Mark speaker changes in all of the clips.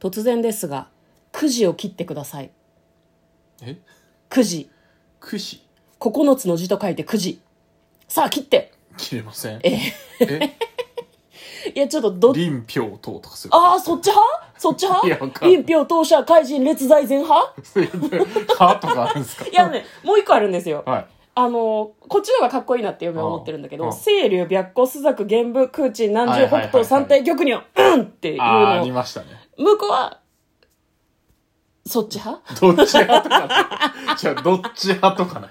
Speaker 1: 突然ですがくじを切ってください
Speaker 2: え
Speaker 1: くじ
Speaker 2: くし
Speaker 1: 9つの字と書いてくじさあ切って
Speaker 2: 切れません
Speaker 1: え
Speaker 2: え
Speaker 1: いやちょっとど
Speaker 2: 林票党とか する
Speaker 1: ああそっち派そっち
Speaker 2: いやわ
Speaker 1: 派
Speaker 2: かんない
Speaker 1: 一票当社怪人列在前 派
Speaker 2: はとかあるんですか
Speaker 1: いやねもう一個あるんですよ
Speaker 2: はい
Speaker 1: あのこっちの方がかっこいいなって嫁は思ってるんだけ
Speaker 2: あ
Speaker 1: ど
Speaker 2: あ
Speaker 1: 清流白虎朱雀玄武空鎮南
Speaker 2: はい
Speaker 1: 十
Speaker 2: はいは
Speaker 1: 北
Speaker 2: いはい
Speaker 1: 東三大玉女うんっていう
Speaker 2: ああーあ
Speaker 1: の
Speaker 2: りましたね
Speaker 1: 向こうはそっち派
Speaker 2: どっち派とかないじゃあどっち派とかない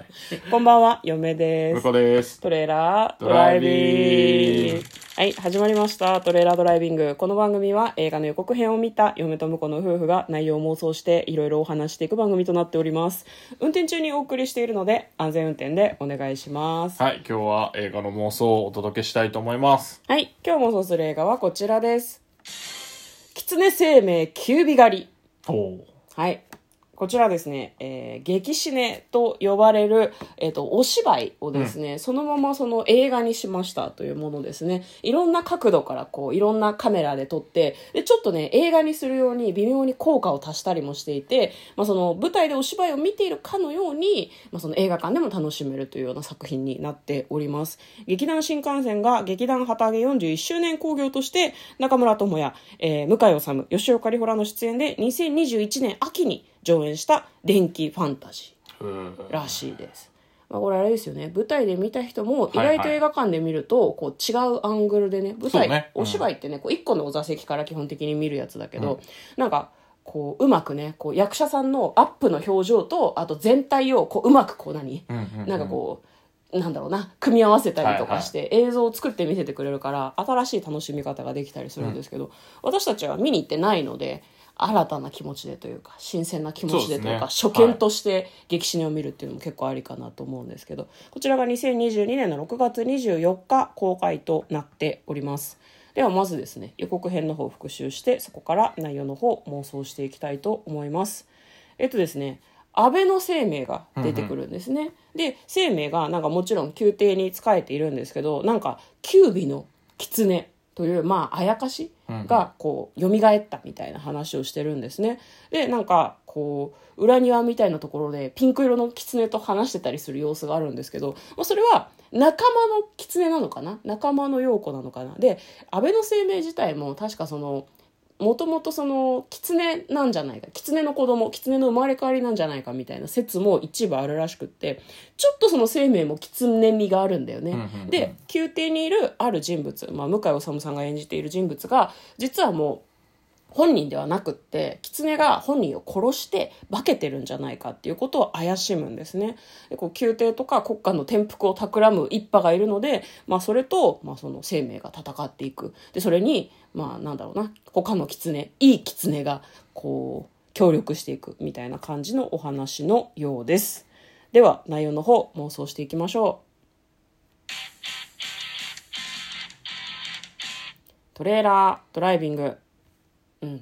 Speaker 1: こんばんは嫁で
Speaker 2: 向
Speaker 1: す
Speaker 2: こうです
Speaker 1: トレーラード
Speaker 2: ド
Speaker 1: ラ
Speaker 2: ラ
Speaker 1: イ
Speaker 2: イ
Speaker 1: ビ
Speaker 2: ビ
Speaker 1: ン
Speaker 2: ン
Speaker 1: グはい始まりましたトレーラードライビングこの番組は映画の予告編を見た嫁と婿の夫婦が内容を妄想していろいろお話していく番組となっております運転中にお送りしているので安全運転でお願いします
Speaker 2: はい今日は映画の妄想をお届けしたいと思います
Speaker 1: はい、今日もそうする映画はこちらです。狐生命キュービ狩り。
Speaker 2: おお
Speaker 1: はい。こちらですね、えー、激死ねと呼ばれる、えっ、と、お芝居をですね、そのままその映画にしましたというものですね。いろんな角度からこう、いろんなカメラで撮って、で、ちょっとね、映画にするように微妙に効果を足したりもしていて、まあその舞台でお芝居を見ているかのように、まあその映画館でも楽しめるというような作品になっております。劇団新幹線が劇団旗揚げ41周年興行として、中村智也、えー向井治、吉岡里帆らの出演で2021年秋に上演した電気ファンタジーらしいです。まあ、これあれですよね舞台で見た人も意
Speaker 2: はいはい
Speaker 1: 外と映画館で見るとこう違うアングルでね舞台、
Speaker 2: そうねうん
Speaker 1: お芝居ってねこう1個のお座席から基本的に見るやつだけど、なんかこううまくねこう役者さんのアップの表情とあと全体をこううまくこう何、
Speaker 2: うんうんうん
Speaker 1: なんかこうなんだろうな組み合わせたりとかして映像を作って見せてくれるから新しい楽しみ方ができたりするんですけど、私たちは見に行ってないので新たな気持ちでというか新鮮な気持ちでというか
Speaker 2: そう
Speaker 1: 初
Speaker 2: ですね
Speaker 1: 見として激死ねを見るっていうのも結構ありかなと思うんですけどこちらが2022年の6月24日公開となっておりますではまずですね予告編の方を復習してそこから内容の方を妄想していきたいと思いますえっとですね安倍の生命が出てくるんですね、で生命がなんかもちろん宮廷に仕えているんですけどなんか九尾の狐というまああやかしがこう蘇ったみたいな話をしてるんですねでなんかこう裏庭みたいなところでピンク色の狐と話してたりする様子があるんですけど、まあ、それは仲間の狐なのかな仲間の陽子なのかなで安倍の生命自体も確かそのもともとその狐なんじゃないか狐の子供狐の生まれ変わりなんじゃないかみたいな説も一部あるらしくってちょっとその生命も狐味があるんだよね。
Speaker 2: んうんうん
Speaker 1: で宮廷にいるある人物、まあ、向井理さんが演じている人物が実はもう本人ではなくって狐が本人を殺して化けてるんじゃないかっていうことを怪しむんですね。でこう宮廷とか国家の転覆を企む一派がいるので、まあ、それと、まあ、その生命が戦っていくでそれに、まあ、なんだろうな他の狐いい狐がこう協力していくみたいな感じのお話のようです。では内容の方妄想していきましょう。トレーラードライビングうん、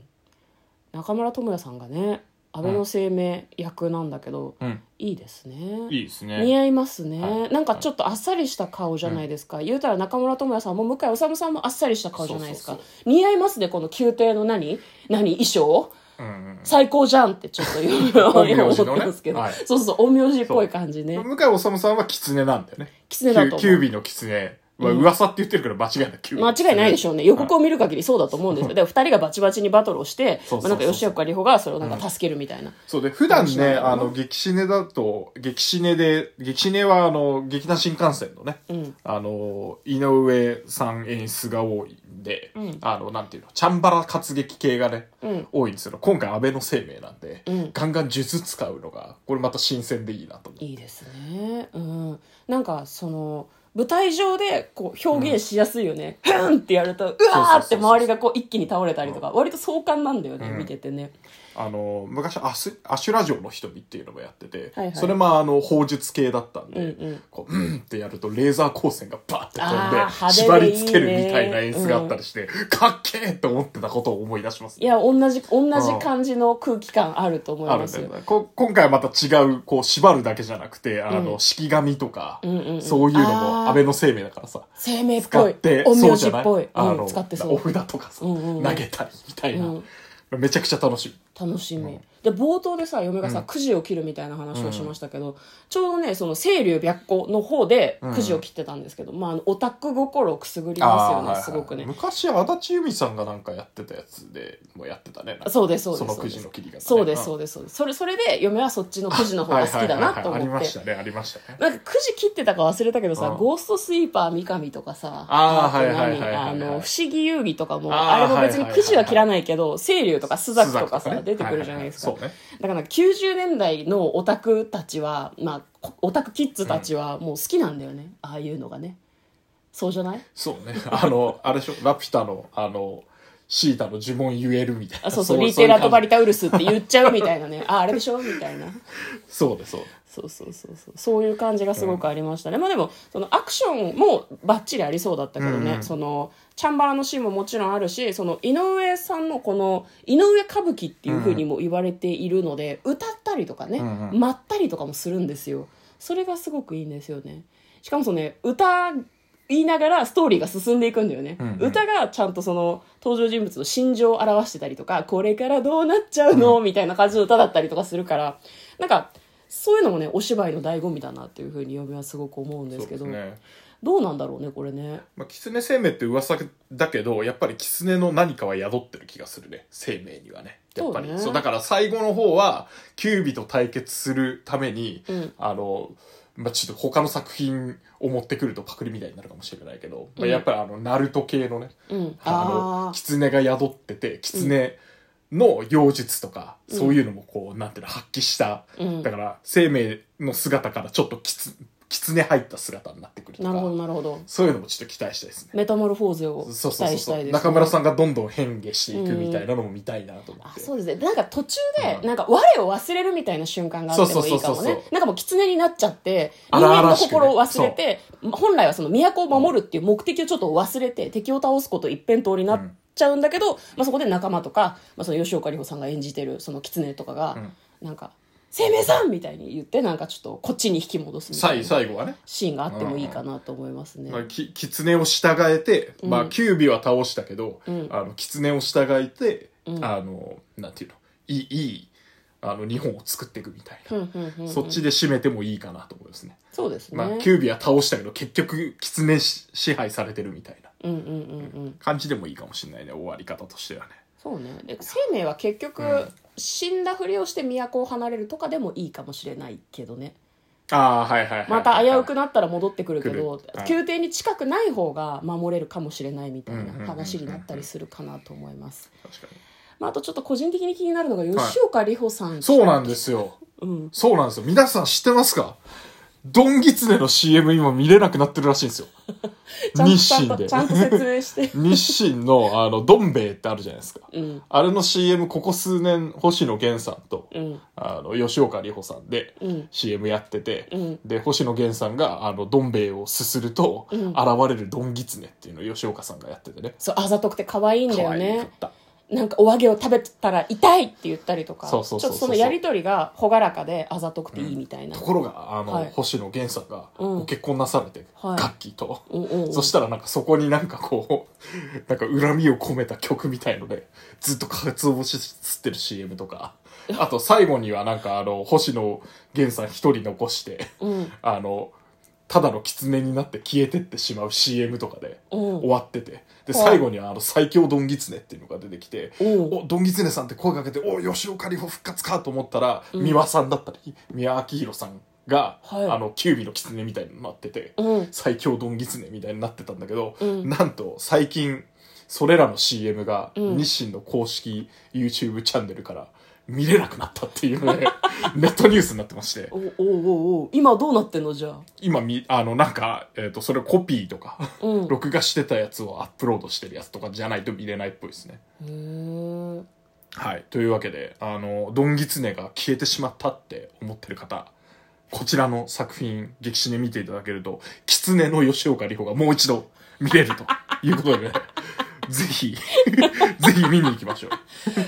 Speaker 1: 中村智也さんがね安倍の生命役なんだけど、
Speaker 2: うん
Speaker 1: いいですね
Speaker 2: いいです
Speaker 1: 似
Speaker 2: ね
Speaker 1: 合いますね、
Speaker 2: はい
Speaker 1: なんかちょっとあっさりした顔じゃないですか、言うたら中村智也さんも向井理さんもあっさりした顔じゃないですか
Speaker 2: そう
Speaker 1: 似合いますねこの宮廷の何何衣装
Speaker 2: うんうん
Speaker 1: 最高じゃんってちょっと言う
Speaker 2: 陰陽師の
Speaker 1: 思っ
Speaker 2: ね
Speaker 1: てますけど、
Speaker 2: はい
Speaker 1: そうそう陰陽師っぽい感じね
Speaker 2: 向井治さんは狐なんだよね
Speaker 1: 狐だと
Speaker 2: キ
Speaker 1: 思う
Speaker 2: ュービーの狐は噂って言ってるから間違いないキュービー
Speaker 1: 間
Speaker 2: の狐
Speaker 1: 違いないでしょうね予告を見る限りそうだと思うんですよ、で2人がバチバチにバトルをして ま
Speaker 2: そうそ
Speaker 1: あ
Speaker 2: うそう
Speaker 1: なんか吉岡里帆がそれをなんか助けるみたいな、
Speaker 2: そうで、普段
Speaker 1: そうなんだ
Speaker 2: ね、
Speaker 1: よな
Speaker 2: あの、激死ねだと、激死ねで、激死ねはあの、劇団新幹線のね、
Speaker 1: うん
Speaker 2: あの、井上さん演出が多いんで、
Speaker 1: ん
Speaker 2: あの、なんていうの、チャンバラ活劇系がね、
Speaker 1: うん
Speaker 2: 多いんですけど、今回安倍の生命なんで、
Speaker 1: うん
Speaker 2: ガンガン術使うのが、これまた新鮮でいいなと思う。
Speaker 1: いいですね。うん。なんかその舞台上でこう表現しやすいよね。ふ、んってやるとうわーって
Speaker 2: そうそうそうそう
Speaker 1: 周りがこう一気に倒れたりとか、割と壮観なんだよね、見ててね。
Speaker 2: あの、昔アス、アシュラ城の瞳っていうのもやってて、
Speaker 1: はいはい
Speaker 2: それもあの、砲術系だったんで、
Speaker 1: うんうん
Speaker 2: こう、うんってやると、レーザー光線がバーって
Speaker 1: あー派手で
Speaker 2: 飛んで、縛り付けるみたいな演出があ
Speaker 1: いいね
Speaker 2: ったりして、かっけーって思ってたことを思い出します
Speaker 1: いや同じ同じ感じの空気感あると思い
Speaker 2: ある
Speaker 1: ま
Speaker 2: ん
Speaker 1: す
Speaker 2: だよ
Speaker 1: よ。
Speaker 2: ね。こ今回はまた違う、こう、縛るだけじゃなくて、あの、式紙とか、
Speaker 1: んうんうん
Speaker 2: そういうの
Speaker 1: あー
Speaker 2: も、安倍の生命だからさ、
Speaker 1: 生命っ
Speaker 2: 使
Speaker 1: ぽ
Speaker 2: っ
Speaker 1: い。
Speaker 2: て、
Speaker 1: 陰
Speaker 2: そう
Speaker 1: 陽
Speaker 2: じ
Speaker 1: 師
Speaker 2: ゃ
Speaker 1: っ
Speaker 2: ない
Speaker 1: ぽい。
Speaker 2: あ
Speaker 1: うん、
Speaker 2: の、
Speaker 1: 使ってそ
Speaker 2: お
Speaker 1: う。
Speaker 2: 札とかさ、
Speaker 1: うんうんうん
Speaker 2: 投げたりみたいな、
Speaker 1: うん
Speaker 2: めちゃくちゃ楽しみ。
Speaker 1: 楽しみ、で冒頭でさ嫁がさ、
Speaker 2: うん
Speaker 1: くじを切るみたいな話をしましたけど、ちょうどねその清流白虎の方で
Speaker 2: うん
Speaker 1: くじを切ってたんですけど、まああのオタク心をくすぐり
Speaker 2: あ
Speaker 1: ますよ
Speaker 2: ー
Speaker 1: ね、
Speaker 2: はいはい
Speaker 1: すごくね
Speaker 2: 昔、足立由美さんがなんかやってたやつでもやってたね。なんか
Speaker 1: そうですそうです
Speaker 2: そのくじの切り方ね
Speaker 1: そうです
Speaker 2: うん
Speaker 1: そうですそうですそれそれで嫁はそっちのくじの方が好きだなと
Speaker 2: はいはいはいはいあり
Speaker 1: 思っ
Speaker 2: ま
Speaker 1: て
Speaker 2: したね、ありましたね。
Speaker 1: なんかくじ切ってたか忘れたけどさ、
Speaker 2: うん
Speaker 1: ゴーストスイーパー三上とかさ、
Speaker 2: あー
Speaker 1: と何
Speaker 2: はいはいはいはいはい
Speaker 1: あの、不思議遊戯とかも、
Speaker 2: あー
Speaker 1: あれも別に
Speaker 2: はいはいは
Speaker 1: く
Speaker 2: い
Speaker 1: じは切らないけど、清流とかスザクとか
Speaker 2: スザ
Speaker 1: さ、
Speaker 2: ね
Speaker 1: 出てくるじゃないです
Speaker 2: は
Speaker 1: か
Speaker 2: は。はそうね。
Speaker 1: だから90年代のオタクたちは、まあ、こオタクキッズたちはもう好きなんだよね、ああいうのがね。そうじゃない
Speaker 2: そうね。 あの、あれでしょ、ラピュタの、あの、シータの呪文言えるみたいな。
Speaker 1: あそうそう、リテラトバリタウルスって言っちゃうみたいなね。あ、あれでしょみたいな。
Speaker 2: そうです、そうです。
Speaker 1: そうそうそうそうそういう感じがすごくありましたね、まあでもそのアクションもバッチリありそうだったけどね、
Speaker 2: うんうん
Speaker 1: そのチャンバラのシーンももちろんあるしその井上さんのこの井上歌舞伎っていうふうにも言われているので、歌ったりとかね、
Speaker 2: うんうん
Speaker 1: まったりとかもするんですよそれがすごくいいんですよねしかもそのね歌言いながらストーリーが進んでいくんだよね、
Speaker 2: うんうん
Speaker 1: 歌がちゃんとその登場人物の心情を表してたりとかこれからどうなっちゃうの、みたいな感じの歌だったりとかするからなんかそういうのもねお芝居の醍醐味だなっていうふうに嫁はすごく思うんですけど
Speaker 2: そうですね。
Speaker 1: どうなんだろうねこれね
Speaker 2: まあ、狐生命って噂だけど、やっぱり狐の何かは宿ってる気がするね。生命にはね。やっぱり。
Speaker 1: そ
Speaker 2: そうう,、
Speaker 1: ね
Speaker 2: だから最後の方は、キュービと対決するために、
Speaker 1: うん
Speaker 2: あの、まあ、ちょっと他の作品を持ってくるとパクリみたいになるかもしれないけど、
Speaker 1: う
Speaker 2: まあ、
Speaker 1: ん
Speaker 2: やっぱりあの、ナルト系のね、
Speaker 1: うん
Speaker 2: あ
Speaker 1: あ
Speaker 2: の、
Speaker 1: ー
Speaker 2: 狐が宿ってて、狐の妖術とか、
Speaker 1: うん
Speaker 2: そういうのもこう、なんていうの、発揮した。
Speaker 1: うん
Speaker 2: だから、生命の姿からちょっときつ、狐入った姿になってくると
Speaker 1: なるほど
Speaker 2: か、
Speaker 1: なるほど
Speaker 2: そういうのもちょっと期待したいですね。
Speaker 1: メタモルフォーゼを期
Speaker 2: そうそうそ
Speaker 1: 待
Speaker 2: う
Speaker 1: した
Speaker 2: そ
Speaker 1: いうです
Speaker 2: 中村さんがどんどん変化していくみたいなのも見たいなと思っ
Speaker 1: あ
Speaker 2: て、
Speaker 1: そうですねなんか途中で、
Speaker 2: うん
Speaker 1: なんか我を忘れるみたいな瞬間があってもいいかもね
Speaker 2: そうそうそうそう
Speaker 1: なんかもう狐になっちゃって人
Speaker 2: 荒
Speaker 1: 間の
Speaker 2: 々しくね
Speaker 1: 心を忘れて、本来はその都を守るっていう目的をちょっと忘れて、敵を倒すこと一辺倒になっちゃうんだけど、まあ、そこで仲間とか、まあ、その吉岡里帆さんが演じてるその狐とかが、
Speaker 2: うん
Speaker 1: なんか「生命さん!」みたいに言ってなんかちょっとこっちに引き戻すみた
Speaker 2: さ
Speaker 1: い
Speaker 2: い
Speaker 1: な
Speaker 2: 最後はね、
Speaker 1: シーンがあってもいいかなと思いますね。
Speaker 2: まあ、き狐を従えて、ま
Speaker 1: う
Speaker 2: あ
Speaker 1: ん
Speaker 2: キュービは倒したけど、
Speaker 1: うん
Speaker 2: あの狐を従えて、
Speaker 1: うん
Speaker 2: あのなんていうのいいいいあの日本を作っていくみたい
Speaker 1: うん
Speaker 2: な、
Speaker 1: うんうんうん
Speaker 2: そっちで締めてもいいかなと思いますね、
Speaker 1: そうですね、
Speaker 2: まあ、キュービは倒したけど結局狐し支配されてるみたいな
Speaker 1: うんうんうんうん
Speaker 2: 感じでもいいかもしれないね終わり方としてはね
Speaker 1: そうねで生命は結局、
Speaker 2: うん
Speaker 1: 死んだふりをして都を離れるとかでもいいかもしれないけどね
Speaker 2: ああはいはいはい
Speaker 1: また危うくなったら戻ってくるけど、
Speaker 2: 来るはい
Speaker 1: 宮廷に近くない方が守れるかもしれないみたい
Speaker 2: うんうんうんう
Speaker 1: なん話になったりするかなと思います、
Speaker 2: 確か
Speaker 1: まあ、あとちょっと個人的に気になるのが吉岡里帆さん、
Speaker 2: にそうなんですよ
Speaker 1: うん
Speaker 2: そうなんですよ。皆さん知ってますかドンギツネの CM 今見れなくなってるらしいんですよ。
Speaker 1: ちゃんと
Speaker 2: 日
Speaker 1: ちゃん
Speaker 2: 清
Speaker 1: と
Speaker 2: で
Speaker 1: ち。ゃんと説明して
Speaker 2: 日清のあの、どん兵衛ってあるじゃないですか。
Speaker 1: うん
Speaker 2: あれの CM ここ数年星野源さんと、
Speaker 1: うん
Speaker 2: あの、吉岡里帆さんで
Speaker 1: うん
Speaker 2: CM やってて、
Speaker 1: うん
Speaker 2: で、星野源さんがあの、どん兵衛をすすると、
Speaker 1: うん
Speaker 2: 現れるドンギツネっていうのを吉岡さんがやっててね。
Speaker 1: そうあざとくて可愛いんだ
Speaker 2: 可
Speaker 1: よ
Speaker 2: 愛か
Speaker 1: ね
Speaker 2: った。
Speaker 1: なんかお揚げを食べたら痛いって言ったりとか
Speaker 2: そうそうそうそう
Speaker 1: ちょっとそのやりとりが朗らかであざとくていいみたいな、
Speaker 2: ところが、あの、
Speaker 1: はい
Speaker 2: 星野源さんが
Speaker 1: うん
Speaker 2: ご結婚なされて、
Speaker 1: はい
Speaker 2: ガッキーと。
Speaker 1: うんうんうん
Speaker 2: そしたらなんかそこになんかこう、なんか恨みを込めた曲みたいので、ずっとかつお節吸ってる CM とか、あと最後にはなんかあの、星野源さん一人残して、
Speaker 1: うん
Speaker 2: あの、ただの狐になって消えてってしまう CM とかで
Speaker 1: うん
Speaker 2: 終わってて、で、
Speaker 1: はい
Speaker 2: 最後にはあの、最強ドンギツネっていうのが出てきて、
Speaker 1: うん
Speaker 2: お、ドンギツネさんって声かけて、お、吉岡里帆復活かと思ったら、三輪さんだったり、三輪明宏さんが、
Speaker 1: はい
Speaker 2: あの、キュービの狐みたいになってて、
Speaker 1: うん
Speaker 2: 最強ドンギツネみたいになってたんだけど、
Speaker 1: うん
Speaker 2: なんと最近それらの CM が
Speaker 1: うん
Speaker 2: 日清の公式 YouTube チャンネルから見れなくなったってい うのでネットニュースになってまして
Speaker 1: おおおお今どうなってんのじゃあ
Speaker 2: 今みあのなんか、えー、とそれをコピーとか、
Speaker 1: うん
Speaker 2: 録画してたやつをアップロードしてるやつとかじゃないと見れないっぽいですね。
Speaker 1: へー
Speaker 2: はい、というわけであのドンギツネが消えてしまったって思ってる方こちらの作品激死で見ていただけると狐の吉岡里帆がもう一度見れるということでね ぜひ ぜひ見に行きましょう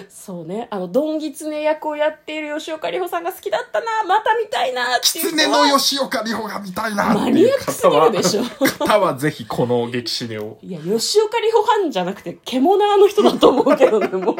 Speaker 1: そうねあのドンギツネ役をやっている吉岡里帆さんが好きだったなまた見たいなっていう
Speaker 2: 狐
Speaker 1: 人
Speaker 2: の
Speaker 1: は
Speaker 2: 吉岡里帆が見たいなっ
Speaker 1: マ
Speaker 2: て
Speaker 1: ニ
Speaker 2: い
Speaker 1: ア
Speaker 2: う
Speaker 1: ックす
Speaker 2: 方
Speaker 1: ぎ
Speaker 2: は
Speaker 1: るでしょ
Speaker 2: 方はぜひこの激死ねを
Speaker 1: いや吉岡里帆ファンじゃなくて獣の人だと思うけどねもう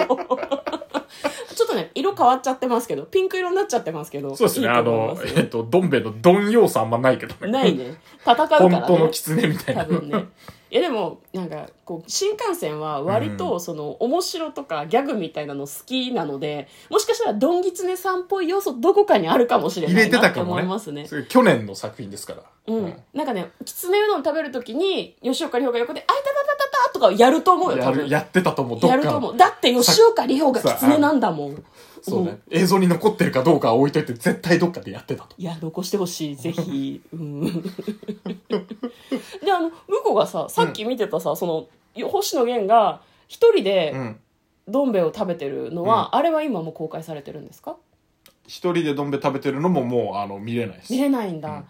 Speaker 1: ちょっとね、色変わっちゃってますけど、ピンク色になっちゃってますけど、
Speaker 2: そうですね、
Speaker 1: いいと
Speaker 2: あ
Speaker 1: 思い
Speaker 2: の
Speaker 1: ます、
Speaker 2: えっと、どん兵衛のどん要素あんまないけどね。
Speaker 1: ないね。戦うからね。
Speaker 2: 本当の狐みたい
Speaker 1: 多
Speaker 2: な。
Speaker 1: 分ねいやでもなんかこう新幹線は割
Speaker 2: う
Speaker 1: とその面白とかギャグみたいなの好きなのでもしかしたらドンギツネさんっぽい要素どこかにあるかもしれ
Speaker 2: 入
Speaker 1: な
Speaker 2: れ
Speaker 1: い
Speaker 2: て
Speaker 1: な
Speaker 2: た
Speaker 1: って
Speaker 2: かも
Speaker 1: 思
Speaker 2: ね。
Speaker 1: いますね。
Speaker 2: それ去年の作品ですから。
Speaker 1: うん、なんかねきつねうどん食べるときに吉岡里帆が横で「あいたたたたた」とかやると思うよ
Speaker 2: や
Speaker 1: 多
Speaker 2: る
Speaker 1: 分
Speaker 2: やってたと思う、どっ
Speaker 1: や
Speaker 2: か
Speaker 1: ると
Speaker 2: の
Speaker 1: 思うだって吉岡里帆がきつねなんだもん
Speaker 2: そうね。映像に残ってるかどうかは置いといて、絶対どっかでやってたと。
Speaker 1: いや残してほしいぜひうんであの向こうがささっき見てたさ、そのよ星野源が一人で、
Speaker 2: うん。
Speaker 1: どん兵衛を食べてるのは、あれは今もう公開されてるんですか
Speaker 2: 一人でどん兵衛食べてるのももう、あの、見れないです。
Speaker 1: 見れないんだ、
Speaker 2: うん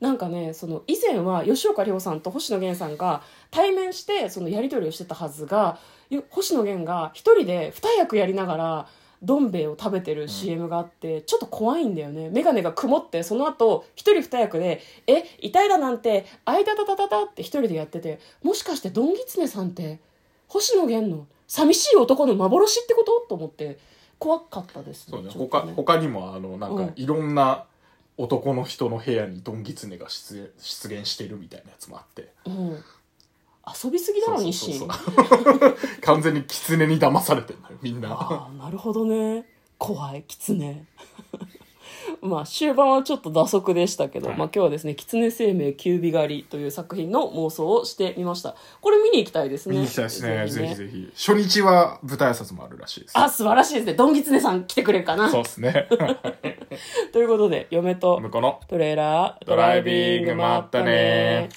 Speaker 1: なんかねその以前は吉岡里帆さんと星野源さんが対面してそのやり取りをしてたはずがよ星野源が一人で二役やりながらどん兵衛を食べてる CM があって、ちょっと怖いんだよね眼鏡が曇ってその後一人二役で「え遺体だなんてあいたたたたた」って一人でやっててもしかしてどんぎつねさんって星野源の寂しい男の幻ってことと思って怖かったです
Speaker 2: そうね。
Speaker 1: ちょっと
Speaker 2: 他、他にも、あの、なん
Speaker 1: う
Speaker 2: か
Speaker 1: ん、
Speaker 2: いろんな男の人の部屋にドンギツネが出現出現しているみたいなやつもあって。
Speaker 1: うん、遊びすぎだろ
Speaker 2: そう
Speaker 1: 西
Speaker 2: そう
Speaker 1: ン
Speaker 2: そうそう 完全に狐に騙されてるのよみ んな
Speaker 1: ああなるほどね怖い狐 まあ終盤はちょっと打足でしたけど、
Speaker 2: はい
Speaker 1: まあ、今日はですね「狐生命キュービ狩り」という作品の妄想をしてみましたこれ見に行きたいですね
Speaker 2: 見に行きたいですねぜひ
Speaker 1: ひ
Speaker 2: ぜひ初日は舞台挨拶もあるらしいです
Speaker 1: あ素晴らしいですねドンギツネさん来てくれるかな
Speaker 2: そうです ね
Speaker 1: ということで嫁と
Speaker 2: 向こうの
Speaker 1: トレーラード
Speaker 2: ドライビングまったね